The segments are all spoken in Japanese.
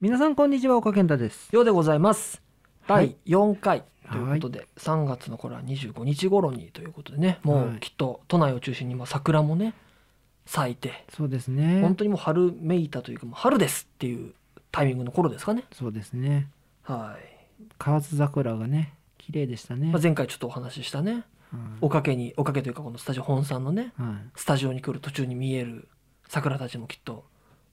皆さんこんにちは岡健太ですようでございます。はい第4回ということで、3月の頃は25日頃にということでね、もはういきっと都内を中心にまあ桜もね、咲いて、そうですね本当にもう春めいたというか、もう春ですっていうタイミングの頃ですかね。そうですねはい。河津桜がね綺麗でしたね、まあ、前回ちょっとお話ししたね、はいおかけに、おかけというかこのスタジオ本さんのね、はいスタジオに来る途中に見える桜たちもきっと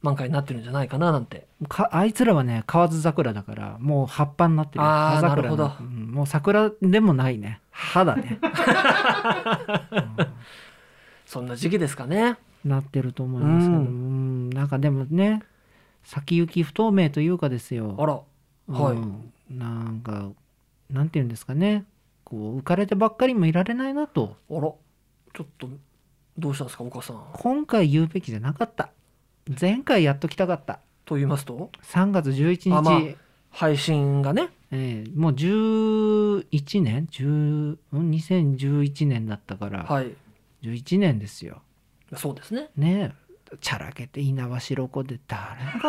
満開になってるんじゃないかななんて。かあいつらはね河津桜だからもう葉っぱになってるあ葉ー桜にななるっほうんもう桜でもないね葉だ ね、そんな時期ですかね。うんなってると思いますけど、うんうんなんかでもね先行き不透明というかですよあら、はい。うんなんかなんていうんですかねこう浮かれてばっかりもいられないなとあら、ちょっと、どうしたんですか、岡さん。今回言うべきじゃなかった前回やっときたかったと言いますと3月11日、あまあ配信がねえーもう11年10うん2011年だったから、はい11年ですよそうですねねえちゃらけて猪苗代湖で誰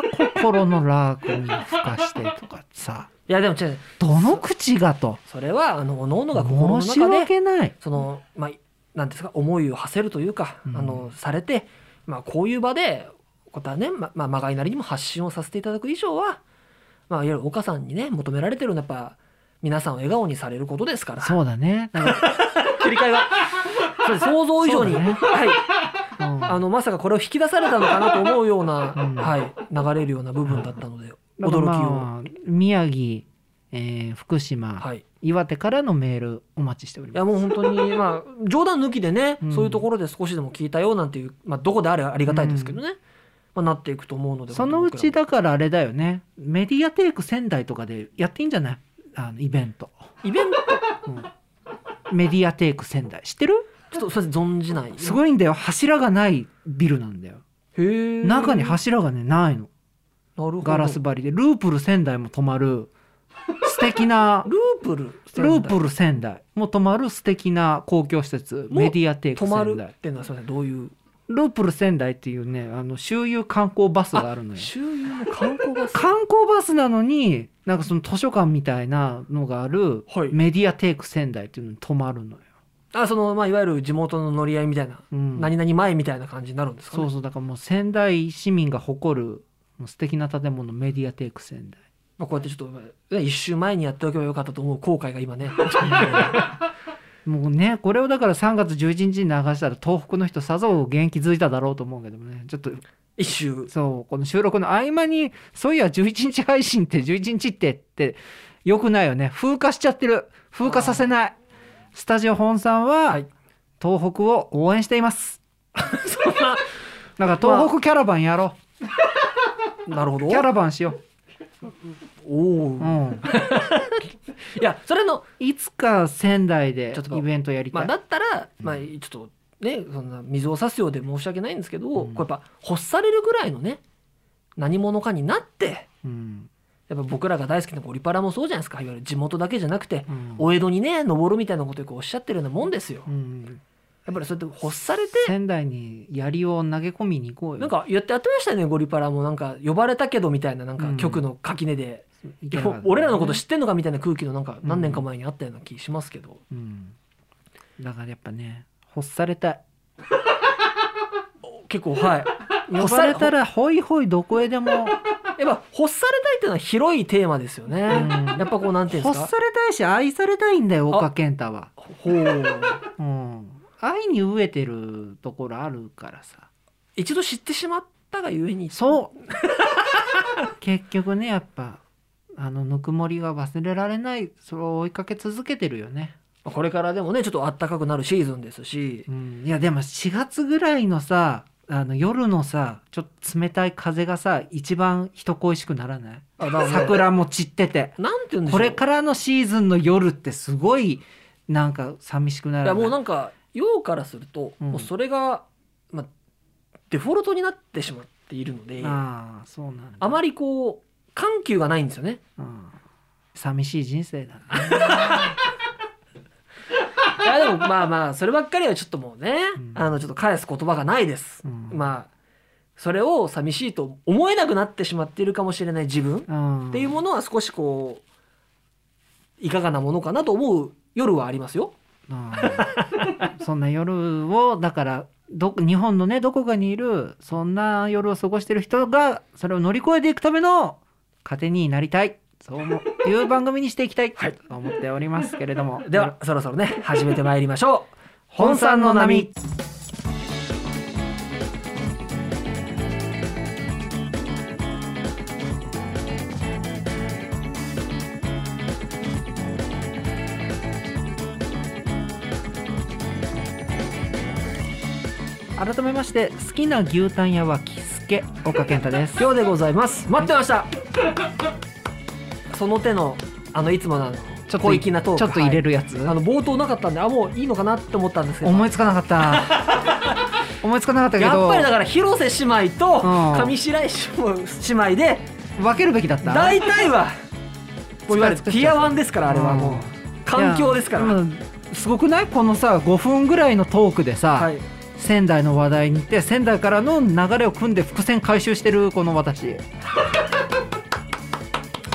が心のラークにふかしてとかさいやでも違うどの口がとそれはあのおのおのが心の申し中で訳ないそのまあなんですか思いを馳せるというか、うんあのされて、まあ、こういう場でことはねままあまがいなりにも発信をさせていただく以上は、まあ、いわゆる岡さんにね求められてるのはやっぱ皆さんを笑顔にされることですからそうだねだか切り替 えがそうです想像以上に、そうだねはい、ら、うんあのまさかこれを引き出されたのかなと思うような、うんはい、流れるような部分だったのでだから驚きを。まあ宮城、えー福島、はい岩手からのメールお待ちしておりいまやすもう本当 にまあ冗談抜きでね、うんそういうところで少しでも聞いたよなんていう、まあ、どこであれありがたいですけどね、まあ、なっていくと思うのでそのうちだだからあれだよねメディアテイク仙台とかでやっていいんじゃないあのイベント、イベントうんメディアテイク仙台知ってるちょっとそれ存じないすいごいんだよ柱がないビルなんだよへえ中に柱がねないのなるほどガラスル張りでループル仙台も泊まる素敵なープル ループルル仙台も泊まる素敵な公共施設もメディアテイク泊ま仙る台っていうのはすみませんどういうループル仙台っていうねあの周遊観光バスがあるのよ周遊の観光バス観光バスなのになんかその図書館みたいなのがあるはいメディアテイク仙台っていうのに泊まるのよ、あそのまあいわゆる地元の乗り合いみたいな、うん何々前みたいな感じになるんですかねそうそうだからもう仙台市民が誇るもう素敵な建物メディアテイク仙台まあ、こうやってちょっとね一周前にやっておけばよかったと思う後悔が 今ねもうねこれをだから3月11日に流したら東北の人さぞ元気づいただろうと思うけどもねちょっと一周そうこの収録の合間にそういや11日配信って11日ってってよくないよね風化しちゃってる風化させないスタジオ本さんははい東北を応援しています そんなだから東北キャラバンやろ なるほどうキャラバンしよおおう、 うん、いやそれの、いつか仙台でちょっとイベントやりまたあ、い、だったら、うんまあ、ちょっとねそんな水を差すようで申し訳ないんですけど、うんこうやっぱ欲されるぐらいのね何者かになってうんやっぱ僕らが大好きなオリパラもそうじゃないですかいわゆる地元だけじゃなくて、うんお江戸にね登るみたいなことよくおっしゃってるようなもんですよ。うん、やっぱりそうやって欲されて仙台に槍を投げ込みに行こうよなんかやってやってましたよねゴリパラもなんか呼ばれたけどみたいななんか曲の垣根で、いいけやなかったね俺らのこと知ってんのかみたいな空気のなんか何年か前にあったような気しますけど、うん、だからやっぱね欲されたい結構 はい呼ばれたらほいほいどこへでもやっぱ欲されたいっていうのは広いテーマですよね。んやっぱこうなんていうんで欲すかさ。れたいし愛されたいんだよ岡健太は、ほう。うん、愛に飢えてるところあるからさ一度知ってしまったがゆえに。そう 結局ねやっぱあのぬくもりが忘れられないそれを追いかけ続けてるよね、これからでもねちょっと暖かくなるシーズンですしう。ん、いやでも4月ぐらいのさあの夜のさちょっと冷たい風がさ一番人恋しくならないあだからね桜も散っててなんていうんでしょこう。れからのシーズンの夜ってすごいなんか寂しくなるいやもうなんか陽からすると、うんもうそれがまあデフォルトになってしまっているので、あああそうなんだまりこう緩急がないんですよね。うん寂しい人生だな、いやでもまあまあそればっかりはちょっともうね、うんあのちょっと返す言葉がないです。うんまあそれを寂しいと思えなくなってしまっているかもしれない自分うんっていうものは少しこういかがなものかなと思う夜はありますよ。うんそんな夜をだからど日本のねどこかにいるそんな夜を過ごしてる人がそれを乗り越えていくための糧になりたいそう思ういう番組にしていきたいはいと思っておりますけれどもではそろそろね始めてまいりましょう。 本山の波改めまして好きな牛タン屋はキスケ岡健太です今日でございます。待ってました。その手のあのいつものあのちょっと小粋なトークちょっと入れる、るやつ、はいあの冒頭なかったんであもういいのかなって思ったんですけど。思いつかなかった 思いつかなかったけどやっぱりだから広瀬姉妹とうん上白石姉妹で分けるべきだった大体はもういわゆるティアワンですからあれはもううん環境ですかいやら。うんすごくないこのさ5分ぐらいのトークでさ、はい、仙台の話題に行って仙台からの流れを組んで伏線回収してるこの私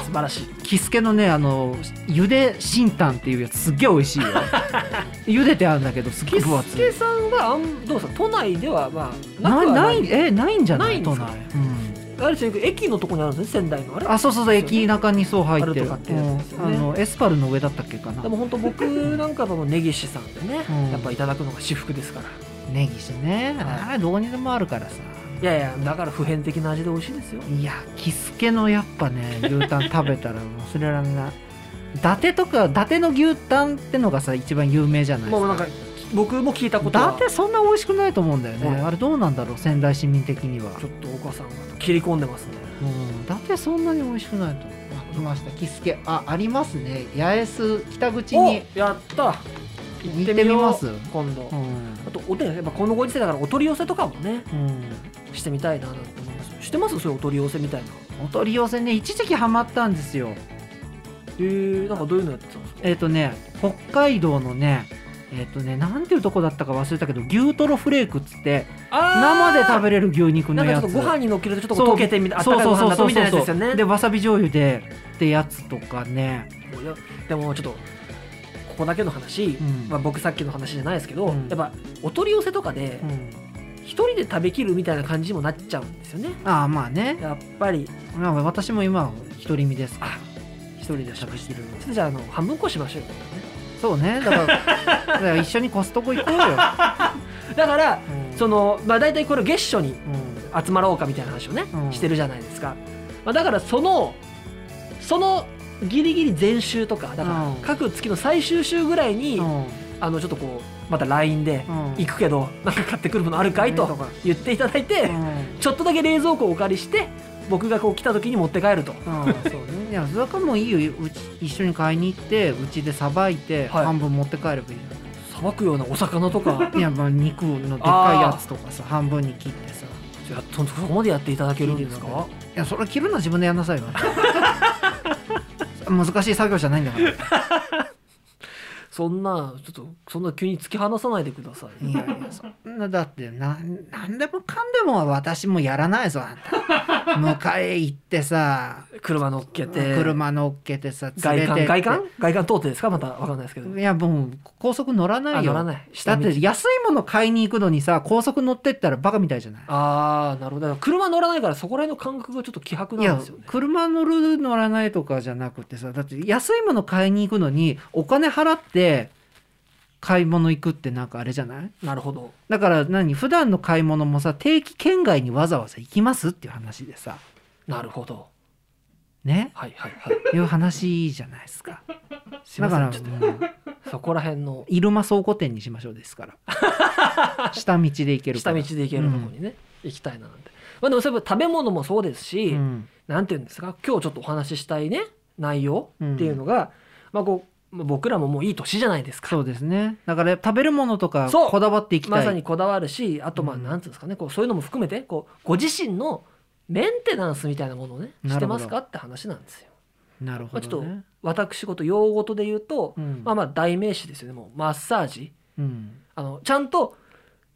素晴らしい。喜助のねあのゆでしんたんっていうやつすっげえ美味しい よ茹でてあるんだけどすっげえキ分ス厚ケいさんはあんどうですか都内ではまあななくはなないいえないんじゃないないんで都すか内、うんある種駅のとこにあるんですね仙台のあれあそうそうそうですよね駅中にそう入ってあるるとかってやつですようんねあのエスパルの上だったっけかなでも本当僕なんかも根岸さんでね、うんやっぱいただくのが至福ですからネギしねはいあれどこにでもあるからさいやいやだから普遍的な味で美味しいですよいや喜助のやっぱね 牛タン食べたら忘れられない伊達とか伊達の牛タンってのがさ一番有名じゃないですもうかなんか僕も聞いたことだはっちょてそんな美味しくないと思うんだよね、うんあれどうなんだろう仙台市民的にはっと岡さんが切り込んでますねうんだってそんなに美味しくないと思うあ来ましたキスケあありますね八重洲北口におやった行ってみます行ってみよう今度、うんあとお手やっぱこのご時世だからお取り寄せとかもねうんしてみたいななんて思いますしてますそういうお取り寄せみたいなお取り寄せね一時期ハマったんですよえー、なんかどういうのやってたんですかえっ、とね北海道のねえっ、とねなんていうとこだったか忘れたけど牛トロフレークっつって生で食べれる牛肉なのんかちやょっつとご飯に乗っけるとちょっと溶けてみたいあったかいご飯だとみたいなやつですよねでわさび醤油でってやつとかねいやでもちょっとここだけの話、んまあ、僕さっきの話じゃないですけど、うんやっぱお取り寄せとかでうん一人で食べきるみたいな感じにもなっちゃうんですよねああまあねやっぱりまあ私も今独り身ですから一人で食事するちょっとじゃああの半分こしましょうよそうねだからだから 一緒にコストコ行こう よ、だからうんその、まあ、大体これ月初うにん集まろうかみたいな話をね、うんしてるじゃないですか、まあ、だからそのそのギリギリ前週とかだうんから各月の最終週ぐらいに、うんあのちょっとこうまた LINE でうん行くけどなんか買ってくるものあるかいうんと言っていただいて、 うんちょっとだけ冷蔵庫をお借りして僕がこう来た時に持って帰るとうんそうねいやそれかもういいようち一緒に買いに行ってうちでさばいてはい半分持って帰ればいいじゃんさばくようなお魚と かいやまあ肉のでかいやつとかさ半分に切ってさやっとそこまでやっていただけるんですいいでかいやそれ切るのは自分でやんなさいよ難しい作業じゃないんだからそんなちょっとそんな急に突き放さないでくださいいやいやそんなだってな何でもかんでも私もやらないぞあんた迎え行ってさ車乗っけて車乗っけてさ外連れてって観外観外観通ってですかまたわかんないですけどいやもう高速乗らなあいよ乗らないだ下っ道て安いもの買いに行くのにさ高速乗ってったらバカみたいじゃないああなるほど車乗らないからそこら辺の感覚がちょっと希薄いなんやですよね車乗る乗らないとかじゃなくてさだって安いもの買いに行くのにお金払って買い物行くってなんかあれじゃないなるほどだから何普段の買い物もさ定期圏外にわざわざ行きますっていう話でさなるほどねはいはい はいいう話じゃないですかすいだませからんちょもっうとそこら辺の入間倉庫店にしましょうですから 下道で行けるか下ら道で行けるところにね、行きたいななんて、まあ、でもそういえば食べ物もそうですし、うんなんていうんですか今日ちょっとお話ししたいね内容うんっていうのが、まあ、こうまあ僕らももういい年じゃないですかそうですねだから食べるものとかそうこだわっていきたいまさにこだわるしあとまあうんなんていうんですかねこうそういうのも含めてこうご自身のメンテナンスみたいなものをねなるほどしてますかって話なんですよ。なるまほあ、ちょどっとね、私事用語とで言うと、うんまあまあ代名詞ですよねもうマッサージうんあのちゃんと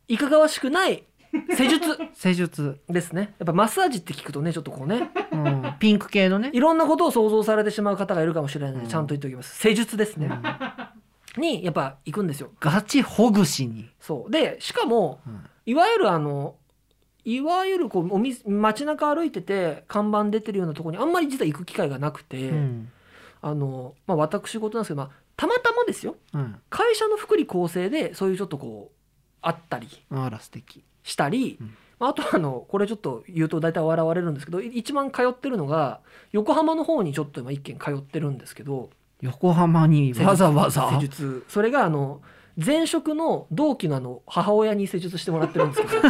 いかがわしくない施術施術、ですねやっぱマッサージって聞くとねちょっとこうねうん、ピンク系のねいろんなことを想像されてしまう方がいるかもしれないので、うんちゃんと言っておきます施術ですね、にやっぱ行くんですよガチほぐしに、そうでしかもうんいわゆるあのいわゆるこうお店街中歩いてて看板出てるようなところにあんまり実は行く機会がなくて、うんあのまあ、私事なんですけど、まあ、たまたまですようん、会社の福利厚生でそういうちょっとこうあったりあら素敵したり、うんまああとあのこれちょっと言うと大体笑われるんですけどい一番通ってるのが横浜の方にちょっと今一軒通ってるんですけど横浜にわざわざ施術それがあの前職の同期のあの母親に施術してもらってるんですけ ど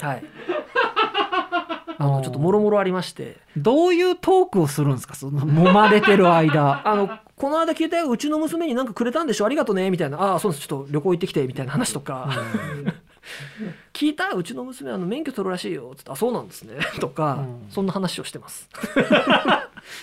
はいあのちょっともろもろありましてどういうトークをするんですかその揉まれてる間 あのこの間聞いたようちの娘になんかくれたんでしょありがとねみたいなああそうですちょっと旅行行ってきてみたいな話とか。聞いたうちの娘あの免許取るらしいよつってあそうなんですね とか、うんそんな話をしてます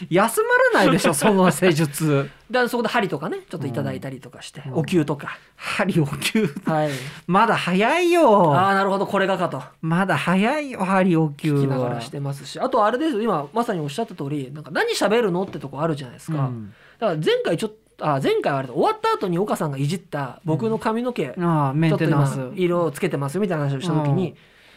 休まらないでし ょその施術でそこで針とかねちょっといただいたりとかして、うんお灸とか、針お灸はいまだ早いあよあなるほどこれがかとまだ早いよ針お灸は聞きながらしてますしあとあれですよ今まさにおっしゃった通りなんか何喋るのってとこあるじゃないですか、うんだから前回ちょっとあ前回はあれだ終わった後に岡さんがいじった僕の髪の毛、ああメちょンっとテナン今ス色をつけてますよみたいな話をした時に、う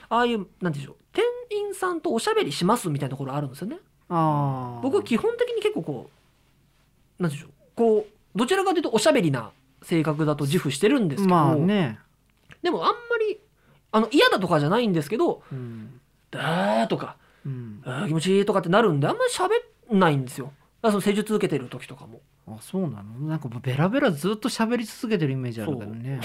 ああいうなんて言うんでしょう店員さんとおしゃべりしますみたいなところあるんですよねああ僕基本的に結構こうなんていうんでしょうこうどちらかというとおしゃべりな性格だと自負してるんですけど、まあね、でもあんまりあの嫌だとかじゃないんですけどうん「だー」とかうん「あー気持ちいい」とかってなるんであんまり喋んないんですよ。だからその施術受けてる時とかもあそうなのなんかもうベラベラずっと喋り続けてるイメージあるけどね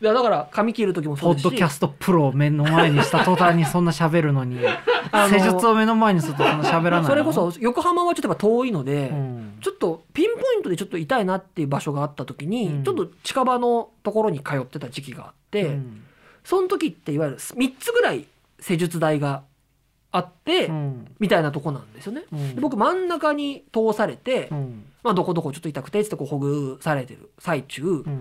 いやだから髪切る時も そポうでッすドしキャストプロを目の前にした途端にそんな喋るのに あの施術を目の前にするとそんな喋らないのそれこ、そ横浜はちょっとやっぱ遠いので、うんちょっとピンポイントでちょっと痛いなっていう場所があった時に、うんちょっと近場のところに通ってた時期があって、うんその時っていわゆる3つぐらい施術台があって、うんみたいなとこなんですよね。うんで僕真ん中に通されて、うんまあ、どこどこちょっと痛くてっつってこうほぐされてる最中、ういんわ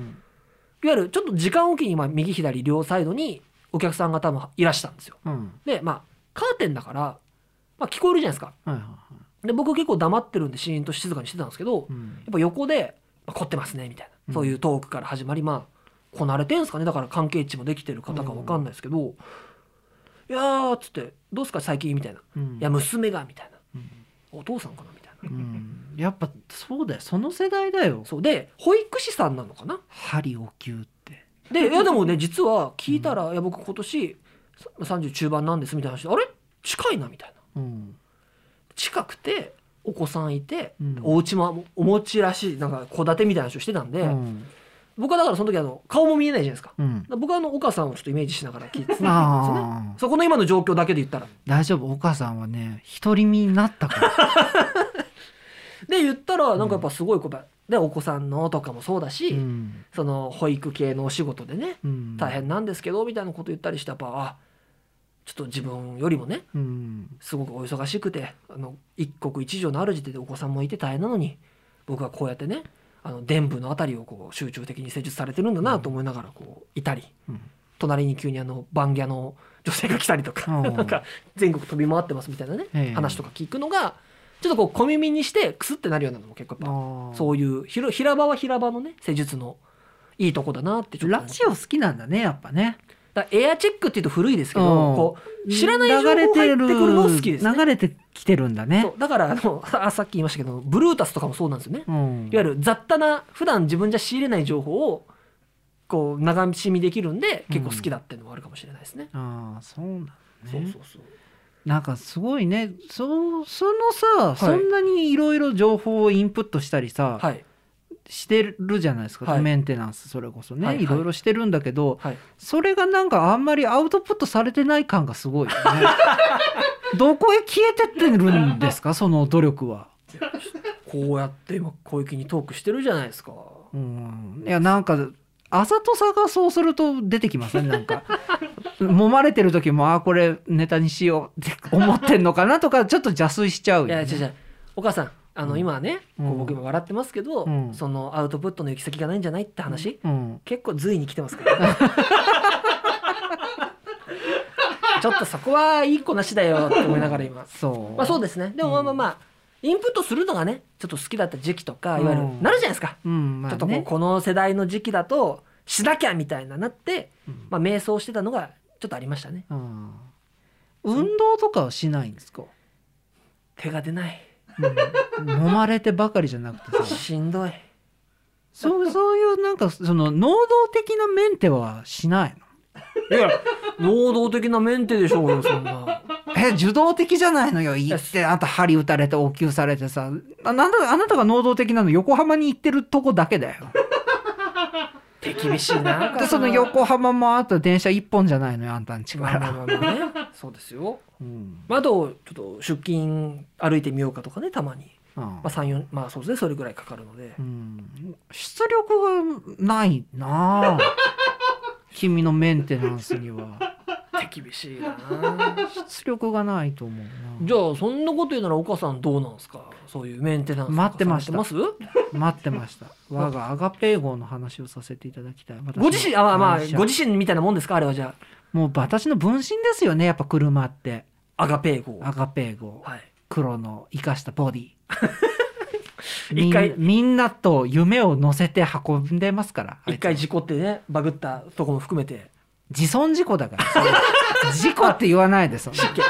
ゆるちょっと時間おきにまあ右左両サイドにお客さんが多分いらしたんですよ。うんでまあカーテンだから、まあ、聞こえるじゃないですか。はいはいはで僕結構黙ってるんでシーンと静かにしてたんですけど、い、うやんっぱ横で「まあ凝ってますね」みたいなそういうトークから始まりまあこなれてんすかねだから関係値もできてる方か分かんないですけど「いやー」っつって「どうすか最近」みたいな「うんいや娘が」みたいなうん「お父さんかな」みたいな。うんやっぱそうだよその世代だよそうで保育士さんなのかな針お灸ってでいやでもね実は聞いたら「いや僕今年さ30中盤なんです」みたいな話で「あれ近いな」みたいなうん近くてお子さんいて、うんお家もお持ちらしいなんか戸建てみたいな話をしてたんで、うん僕はだからその時あの顔も見えないじゃないですかうん僕はあの岡さんをちょっとイメージしながら聞いてたんですよねああそこの今の状況だけで言ったら大丈夫お母さんはね独り身になったからで言ったらなんかやっぱすごいこうやっぱでお子さんのとかもそうだし、うんその保育系のお仕事でねうん大変なんですけどみたいなこと言ったりしてやっぱあちょっと自分よりもねうんすごくお忙しくてあの一国一城の主でお子さんもいて大変なのに僕はこうやってねあの伝部のあたりをこう集中的に施術されてるんだなと思いながらこういたりうん隣に急にあの番屋の女性が来たりとかうんなんか全国飛び回ってますみたいなねええ話とか聞くのがちょっとこう小耳にしてクスってなるようなのも結構やっああぱそういう広平場は平場のね施術のいいとこだなってちょっとラ思ってジオ好きなんだねやっぱねだからエアチェックっていうと古いですけど、うんこう知らない情報入ってくるの好きですね流れてきてるんだねそうだからあの あさっき言いましたけどブルータスとかもそうなんですよね、うんいわゆる雑多な普段自分じゃ仕入れない情報をこう長しみできるんで結構好きだっていうのもあるかもしれないですね、ああそうなんだねそうそうそうなんかすごいねそそのさ、そんなにいろいろ情報をインプットしたりさ、はいしてるじゃないですか、はいメンテナンスそれこそはいはねいいろいろしてるんだけどはいそれがなんかあんまりアウトプットされてない感がすごいよ ねどこへ消えてってるんですかその努力は。こうやって今小池にトークしてるじゃないですかうんいやなんかあざとさがそうすると出てきませんなん か揉まれてる時もああこれネタにしようって思ってんのかなとかちょっと邪推しちゃういよ、やね、違う違うお母さんあのうん今はね、うこうん僕今笑ってますけど、うんそのアウトプットの行き先がないんじゃないって話、うん結構随に来てますから、 ちょっとそこはいい子なしだよって思いながら今そう。まあそうですねでもまあまあまあ、インプットするのがねちょっと好きだった時期とかいわゆるうんなるじゃないですか、うん、まあ、ちね、ょっとこうこの世代の時期だとしなきゃみたいななって、うんまあ、瞑想してたのがちょっとありましたねうん運動とかはしないんですか、手が出ないうん、揉まれてばかりじゃなくてさしんどいそうそういうなんかその能動的なメンテはしないいや能動的なメンテでしょうよそんなのえ受動的じゃないのよいいやってあんた針打たれて応急されてさあなんだあなたが能動的なの横浜に行ってるとこだけだ よ手厳しいなでその横浜もあと電車一本じゃないのよあんたんちまかあまあら、まあまあねそうですようん窓をちょっと出勤歩いてみようかとかねたまに、うんまあ、34まあそうですねそれぐらいかかるのでうん、出力がない なあ君のメンテナンスには手厳しいな出力がないと思うなじゃあそんなこと言うなら岡さんどうなんですかそういうメンテナンスとか待ってましたされてます待ってました我がアガペー号の話をさせていただきたい私のご自身あまあまあ話はご自身みたいなもんですかあれはじゃもう私の分身ですよねやっぱ車ってあアガペー号アガペー号はい黒の生かしたボディみ 一ん回みんなと夢を乗せて運んでますから一回事故ってねバグったとこも含めて自損事故だから それ事故って言わないでそんな失敬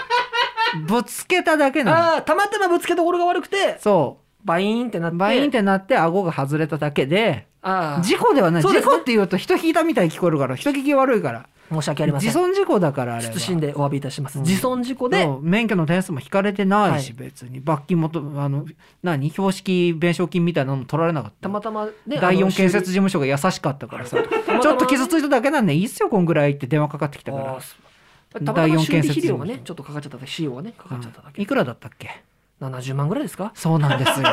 ぶつけただけなのああたまたまぶつけどころが悪くてそうバイーンってなってバインってなって顎が外れただけでああ事故ではない、そうで事すね故って言うと人引いたみたいに聞こえるから人聞き悪いから申し訳ありませ自ん損事故だからあれは謹んでお詫びいたしますうん自損事故でそう免許の点数も引かれてないし、は別に罰金もとあの何標識弁償金みたいなのも取られなかったたまたまね第あの4修建理設事務所が優しかったからさ たまちょっと傷ついただけなんでいいっすよこんぐらいって電話かかってきたかあらー、すたまた第ま四修理建設費用がね事務所ちょっとかかっちゃっただけ費用がねかかっちゃっただうんけいくらだったっけ70万ぐらいですかそうなんです よ、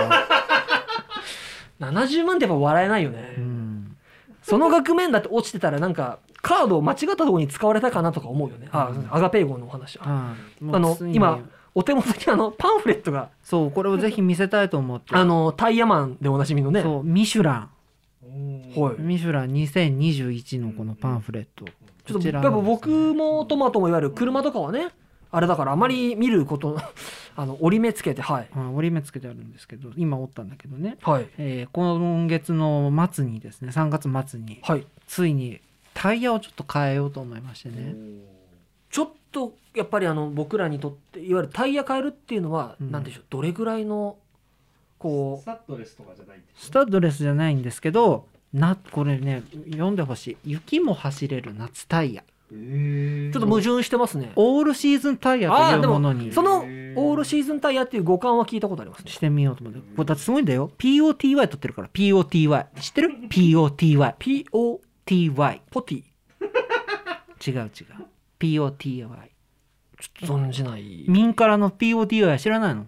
70万ってやっぱ笑えないよね、うん、その額面だって落ちてたらなんかカードを間違ったところに使われたかなとか思うよね、あアガペイ号のお話、ああの今お手元に あのパンフレットがそうこれをぜひ見せたいと思ってあのタイヤマンでおなじみのねそうミシュランはいミシュラン2021のこのパンフレット。ちょこっとちやらっのぱ僕もトマトもいわゆる車とかはねあれだからあまり見ること あの折り目つけてはいあ折り目つけてあるんですけど、今折ったんだけどね。はいえー今月の末にですね、3月末に、はいついにタイヤをちょっと変えようと思いましてね。ちょっとやっぱりあの僕らにとっていわゆるタイヤ変えるっていうのはうん何でしょうどれぐらいのこスタッドレスとかじゃないってスタッドレスじゃないんですけど、なこれね読んでほしい雪も走れる夏タイヤうえちょっと矛盾してますねオールシーズンタイヤあーといでうもものにそのオへーールシーズンタイヤっていう五感は聞いたことありますねしてみようと思ってこれだってすごいんだよ POTY 取ってるから POTY 知ってる ?POTY PO TY ポティ違う違う POTY 存じない民からの POTY 知らないの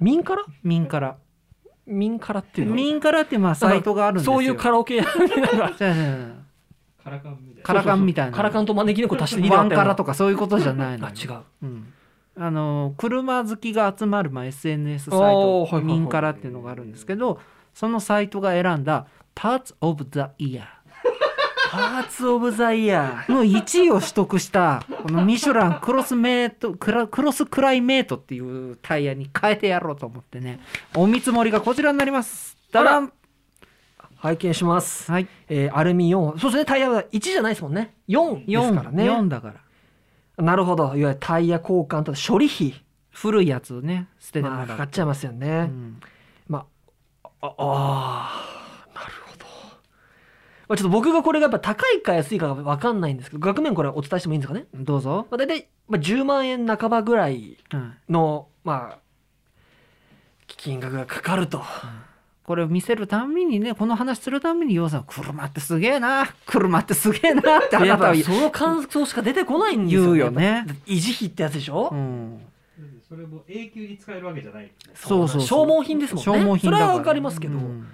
民から民から民からっていうのは民からってまあサイトがあるんですよそういうカラオケやりながらじゃあじゃあじゃカラカンみたいカラカンみたいなカラカンと招き猫足して2あワンカラととかそういうことじゃないのあ違ううんあの車好きが集まるまあ SNS サイト、おーはいはいはい民からっていうのがあるんですけどそのサイトが選んだ「Parts of the Year パーツオブザイヤ」の1位を取得した このミシュランクロスメートクラクロスクライメートっていうタイヤに変えてやろうと思ってねお見積もりがこちらになりますダダンー拝見します、はいえーアルミ4そうですねタイヤは1じゃないですもんね4ですからね4だからなるほどいわゆるタイヤ交換と処理費古いやつをね捨ててもまらあう、かかっちゃいますよね、うんまあああーなるほど、まあ、ちょっと僕がこれがやっぱ高いか安いかが分かんないんですけど額面これお伝えしてもいいんですかね、どうぞ、まあ、大体、まあ、10万円半ばぐらいうんのまあ金額がかかるとこれを見せるたんびにねこの話するたんびに洋さん車ってすげえな車ってすげえなってあなやったはぱ言うその感想しか出てこないんですよ、言うよねやっぱ維持費ってやつでしょ、うんな。だってそれも永久に使えるわけじゃない。そうそうそう消耗品ですもんね消耗品それだからはわかりますけど、うん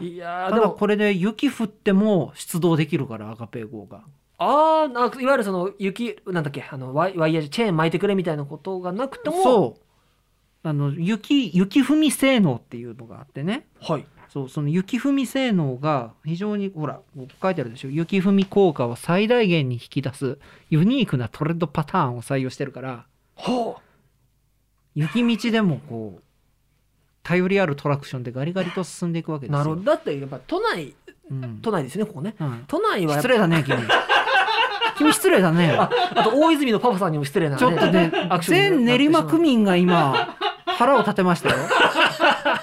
いやたーでだもこれで雪降っても出動できるからアガペー号があーなんかいわゆるその雪なんだっけあのワイワイヤーチェーン巻いてくれみたいなことがなくてもそうあの雪雪踏み性能っていうのがあってねはいそうその雪踏み性能が非常にほらこう書いてあるでしょ雪踏み効果を最大限に引き出すユニークなトレッドパターンを採用してるからほ雪道でもこう頼りあるトラクションでガリガリと進んでいくわけうですよ。なるほどだってやっぱ都内うん都内ですよねここねうん都内はやっ失ぱ礼だね 君君失礼だねああと大泉のパパさんにも失礼なねちょっとねアクションになってしま全う練馬区民が今腹を立てま したよ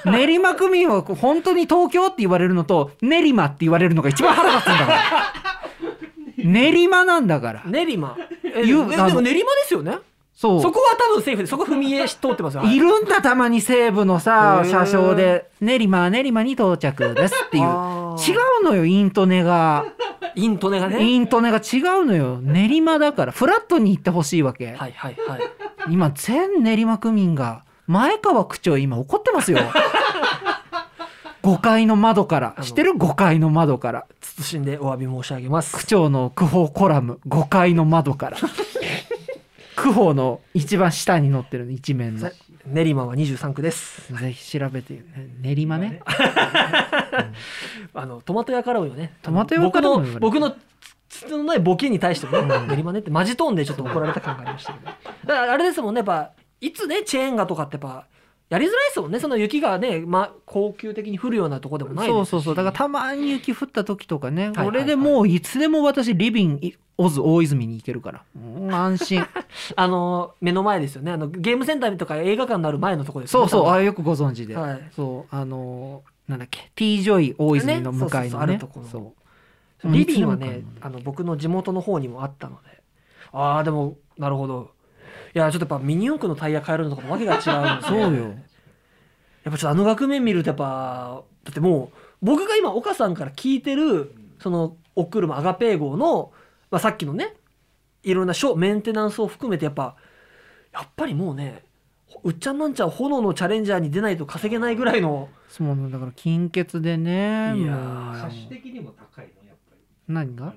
練馬区民は本当に東京って言われるのと練馬って言われるのが一番腹立つんだから 練馬なんだから練馬え言うであのでも練馬ですよねそうそこは多分セーフでそこ踏み絵通ってますよいるんだたまに西部のさへー車掌で「練馬練馬に到着です」っていう違あーうのよイントネがイントネがねイントネが違うのよ練馬だからフラットに行ってほしいわけはいはいはい今全練馬区民が前川区長今怒って ますよ5階の窓からあの知ってる5階の窓から謹んでお詫び申し上げます区長の区報コラム5階の窓 から区報の一番下に載ってる一面のさ練馬は23区ですぜひ調べてね練馬ねあのトマト屋からもよねトマト屋からもよね僕の僕のつつのないボケに対してもね練馬ねってマジトーンでちょっと怒られた感がありましたけどだからあれですもんねやっぱいつねチェーンがとかってやっぱやりづらいですもんねその雪がね、ま、高級的に降るようなとこでもないですしそうそうそうだからたまに雪降った時とかね、いはいはいこれでもういつでも私リビンいオズ大泉に行けるから、うん安心あの目の前ですよねあのゲームセンターとか映画館になる前のところです よそうねそ うあよくご存知で、はいそうあのーなんだっけ T ジョイ大泉の向かいのねねそうそうそうあるとこそうろうんリビンはうんいつねでもかあの僕の地元の方にもあったのでああでもなるほどいやちょっとやっぱミニ四駆のタイヤ変えるのとかもわけが違うんでそうよやっぱちょっとあの額面見るとやっぱだってもう僕が今岡さんから聞いてるそのお車アガペー号の、まあ、さっきのねいろんなショーメンテナンスを含めてやっぱやっぱりもうねうっちゃんなんちゃん炎のチャレンジャーに出ないと稼げないぐらいのそうなのだから金欠でねいもやうー車種的にも高いのやっぱり。何あがの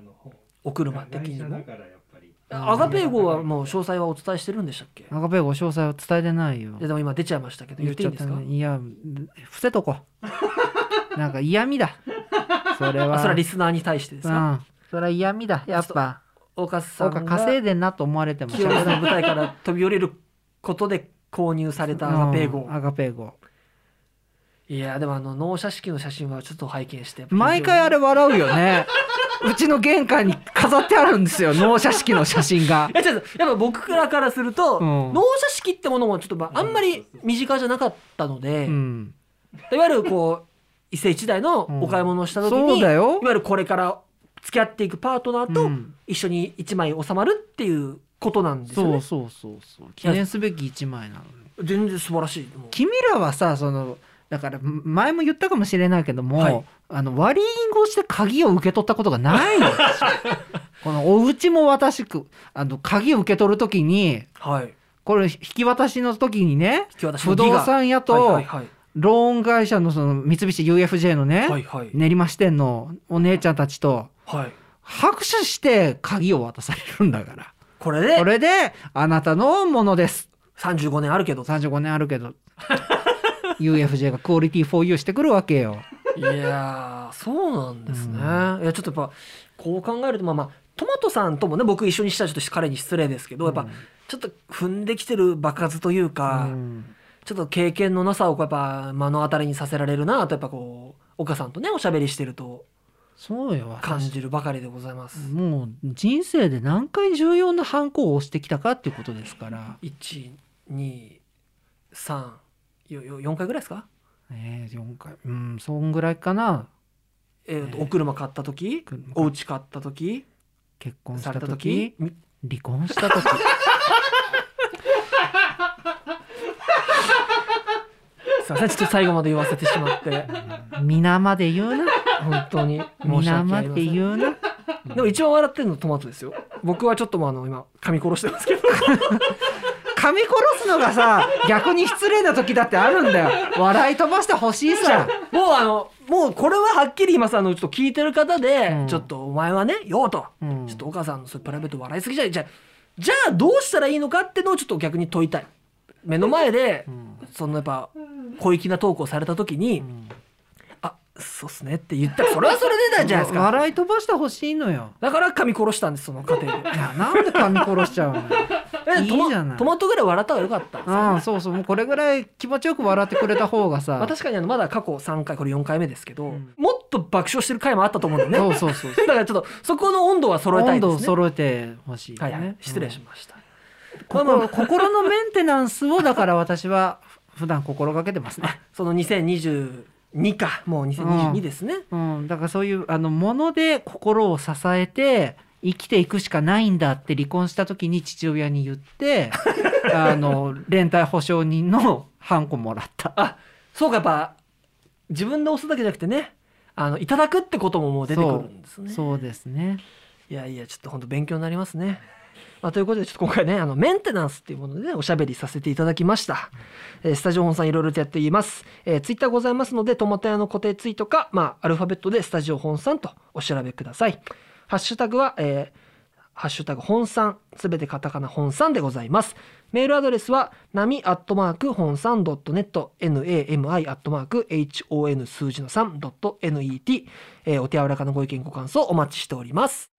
お車的に外車だもからやっぱり。あアガペー号はもう詳細はお伝えしてるんでしたっけい赤ペご詳細は伝えてないよやでも今出ちゃいましたけど言言っってていいいいんんでですすかかいや伏せとこ うなんか嫌味だそれあはそれはリスナーに対してですかうんそれは嫌味だやっぱ岡さそうんがか稼いでんなと思われても清水の舞台から飛び降りることで購入されたアガペー号うんアガペー号いやでもあの納車式の写真はちょっと拝見して毎回あれ笑うよ ねうちの玄関に飾ってあるんですよ納車式の写真がえちょっとやっぱ僕らからすると、うん納車式ってものもちょっとまああんまり身近じゃなかったので、うんいわゆるこう一世一代のお買い物をした時に、そうだいわよゆるこれから付き合っていくパートナーうとん一緒に一枚収まるっていうことなんですよそねう、そうそうそう記念すべき一枚なの全然素晴らしいもう君らはさそのだから前も言ったかもしれないけども、はいあの割り印をして鍵を受け取ったことがない のこのお家も私くあの鍵を受け取るときにはいこれ引き渡しの時にね今日私不動産屋はといはいローン会社のその三菱 UFJ のね、はいはいはい練馬支店のお姉ちゃんたちとはい拍手して鍵を渡されるんだからこれでこれであなたのものです35年あるけど35年あるけ ど UFJ がクオリティ 4U してくるわけよいやーそうなんですね、うんいやちょっとやっぱこう考えるとまあまあトマトさんともね僕一緒にしたらちょっと彼に失礼ですけど、やっぱちょっと踏んできてる場数というか、うんちょっと経験のなさをこうやっぱ目の当たりにさせられるなとやっぱこう岡さんとねおしゃべりしてるとそうよ感じるばかりでございます。もう人生で何回重要なハンコを押してきたかっていうことですから、 1 2 3 4 4回ぐらいですか、えー、4回うんそんぐらいかなえーとお車買った時お家買った時結婚しさたれた時時み離婚した時すいませんちょっと最後まで言わせてしまって皆まで言うな本当に申し皆訳あまりまでせん言うなでも一番笑ってるのトマトですよ僕はちょっともうあの今噛み殺してますけど噛み殺すのがさ逆に失礼な時だってあるんだよ笑い飛ばしてほしいさもうあのもうこれははっきり今さあのちょっと聞いてる方で、うんちょっとお前はねようと、うんちょっとお母さんのそういうプライベート笑いすぎじゃないじゃあじゃあどうしたらいいのかってのをちょっと逆に問いたい目の前で、うんそのやっぱ小粋なトークをされた時に、うんあそうっすねって言ったらそれはそれでなんじゃないですか笑い飛ばしてほしいのよだから噛み殺したんですその 家庭でいやなんで噛み殺しちゃうのえいいトマじゃないトマトぐらい笑った方がよかったんですよああそうそうもうこれぐらい気持ちよく笑ってくれた方がさまあ、確かにあのまだ過去3回これ4回目ですけど、うんもっと爆笑してる回もあったと思うんだよそねうそうそうだからちょっとそこの温度は揃えた温いで度をすね揃えてほしい、ねはいはい失礼しました、心まあまあ心のメンテナンスをだから私は普段心がけてますね。その2022かもうう2022んですね、うん、だからそういうあのもので心を支えて生きていくしかないんだって離婚した時に父親に言って あの連帯保証人のハンコもらった。そうかやっぱ自分で押すだけじゃなくてねあのいただくってことももう出てくるんですねそうですね。いやいやちょっと本当勉強になりますね。まあ、ということでちょっと今回ねあのメンテナンスっていうもので、ね、おしゃべりさせていただきました、えースタジオ本さんいろいろとやっています、えー、ツイッターございますのでトマト屋の固定ツイートか、まあ、アルファベットでスタジオ本さんとお調べくださいハッシュタグは、えーハッシュタグ本さんすべてカタカナ本さんでございますメールアドレスはなみアットマーク本さん .net nami アットマーク hon 数字の 3.net、えー、お手柔らかなご意見ご感想お待ちしております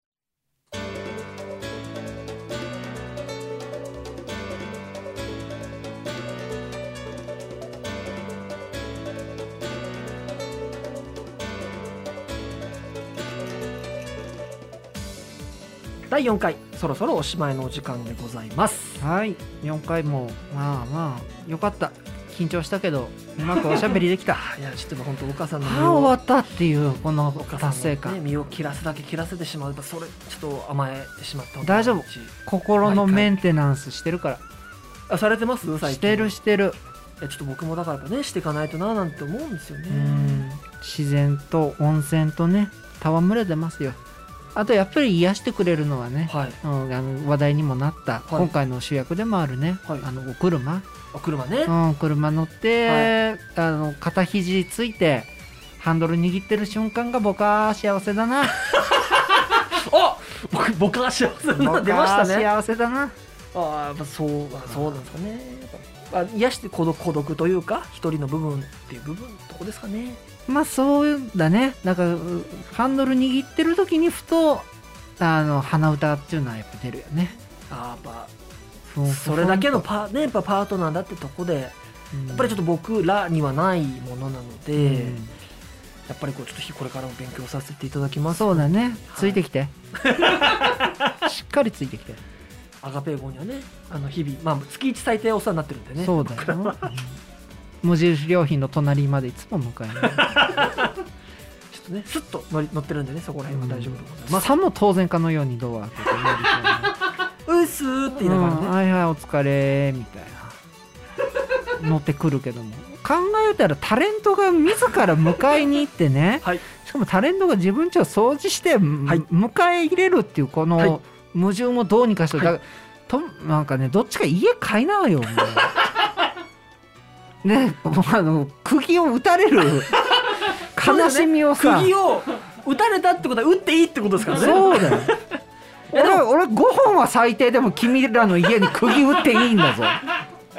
第4回そろそろおしまいのお時間でございますはい、4回もまあまあよかった。緊張したけどうまくおしゃべりできた。いやちょっと本当岡さんの ああ終わったっていうこの達成ね、感。身を切らすだけ切らせてしまうやっぱそれちょっと甘えてしまった大丈夫私心のメンテナンスしてるかあされてますら。最近してるしてる。いやちょっと僕もだからやっぱねしていかないとななんて思うんですよねうん自然と温泉とね戯れてますよあとやっぱり癒してくれるのはね、はいうん、あの話題にもなった、はい今回の主役でもあるね、はいあのお車、あ車ねうん、車乗って、あの肩肘ついてハンドル握ってる瞬間が僕は幸せだな あ僕僕は幸せ僕なは出ましたね幸せだなあーやっぱそうあそうなんですかねやっぱあ癒して孤独孤独というか一人の部分っていう部分どこですかねまあそうだねなんかうハンドル握ってる時にふとあの鼻歌っていうのはやっぱ出るよねあーやっふんぱふんそれだけのパ,、ね、やっぱパートナーだってとこでうんやっぱりちょっと僕らにはないものなので、うんやっぱりこうちょっとこれからも勉強させていただきます。そうだね、いついてき てしっかりついてきて、アガペー号にはね、あの日々、まあ月一最低お世話になってるんでね。そうだよ、うん無印良品の隣までいつも迎え に行くちょっとね、スッと乗り乗ってるんでね、そこら辺は大丈夫でございます。まあさも当然かのようにドア開けてうっすーって言いながうんらね。はいはいお疲れみたいな 乗ってくるけども考えたらタレントが自ら迎えに行ってね、 はいしかもタレントが自分家を掃除して、い迎え入れるっていうこはいの矛盾をどうにかして、はいだからとなんかねどっちか家買いなよも うねもうあの釘を打たれ る悲しみをさ釘を打たれたってことは打っていいってことですからね。そう だよ俺俺5本は最低でも君らの家に釘打っていいんだぞ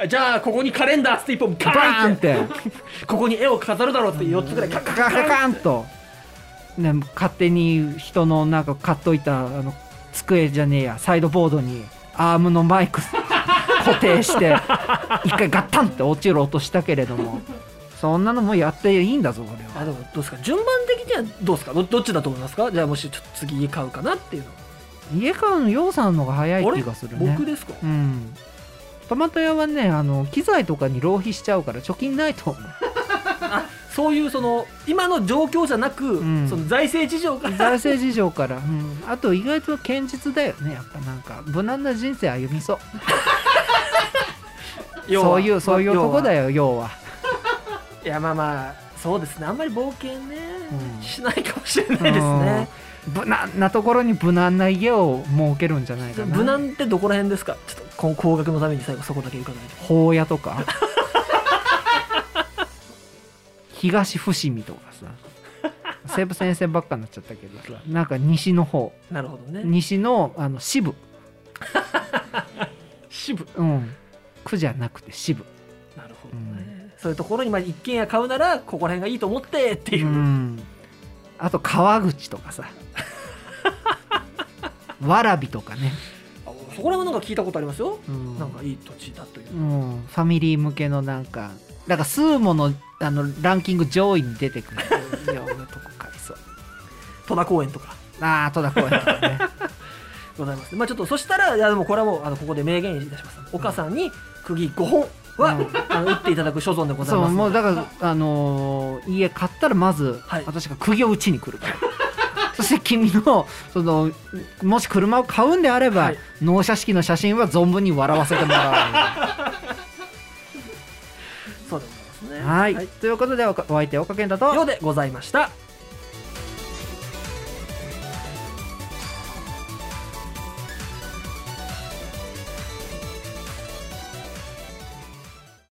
じゃあここにカレンダーステップをバカーーンンっって、てここに絵を飾るだろうって四つぐらいカッカカッカカカンと、ね、勝手に人のなんか買っといたあの机じゃねえやサイドボードにアームのマイク 固定して一回ガッタンって落ちる音したけれどもそんなのもやっていいんだぞ俺はあでもどうですか順番的にはどうですかどどっちだと思いますかじゃあもしちょっと次家買うかなっていうのは家買うの洋さんの方が早いあれ気がするね僕ですかうんトマト屋はねあの機材とかに浪費しちゃうから貯金ないと思うそういうその今の状況じゃなく、んその財政事情が財政事情から、うん、あと意外と堅実だよねやっぱなんか無難な人生歩みそう要はそういうそういうとこだよ要は、いやまあまあそうですねあんまり冒険ね、うんしないかもしれないですね無難なところに無難な家を設けるんじゃないかな無難ってどこら辺ですかちょっとこの高額のために最後そこだけ伺いたい法屋とか東伏見とかさ西武先生ばっかになっちゃったけどさなんか西の方 なるほどね西のあの支部支部うん区じゃなくて支部なるほどね、そういうところにまあ一軒家買うならここら辺がいいと思ってっていうう、んあと川口とか さわらびとかね、あそこら辺もなんか聞いたことありますようんなんかいい土地だという、うんファミリー向けのなんかだからスーモのあのランキング上位に出てくるようなとこ買いそう 戸田公園とかああ戸田公園とかねございます、まあちょっとそしたらいやでもこれはもうあのここで明言いたします岡さんに釘5本は、うんあの打っていただく所存でございそまうすもうだからあのー家買ったらまず、はい私が釘を打ちに来る からそして君のそのもし車を買うんであれば、はい納車式の写真は存分に笑わせても らそうでございますうねはい、ということでおかお相手は岡健太とようでございました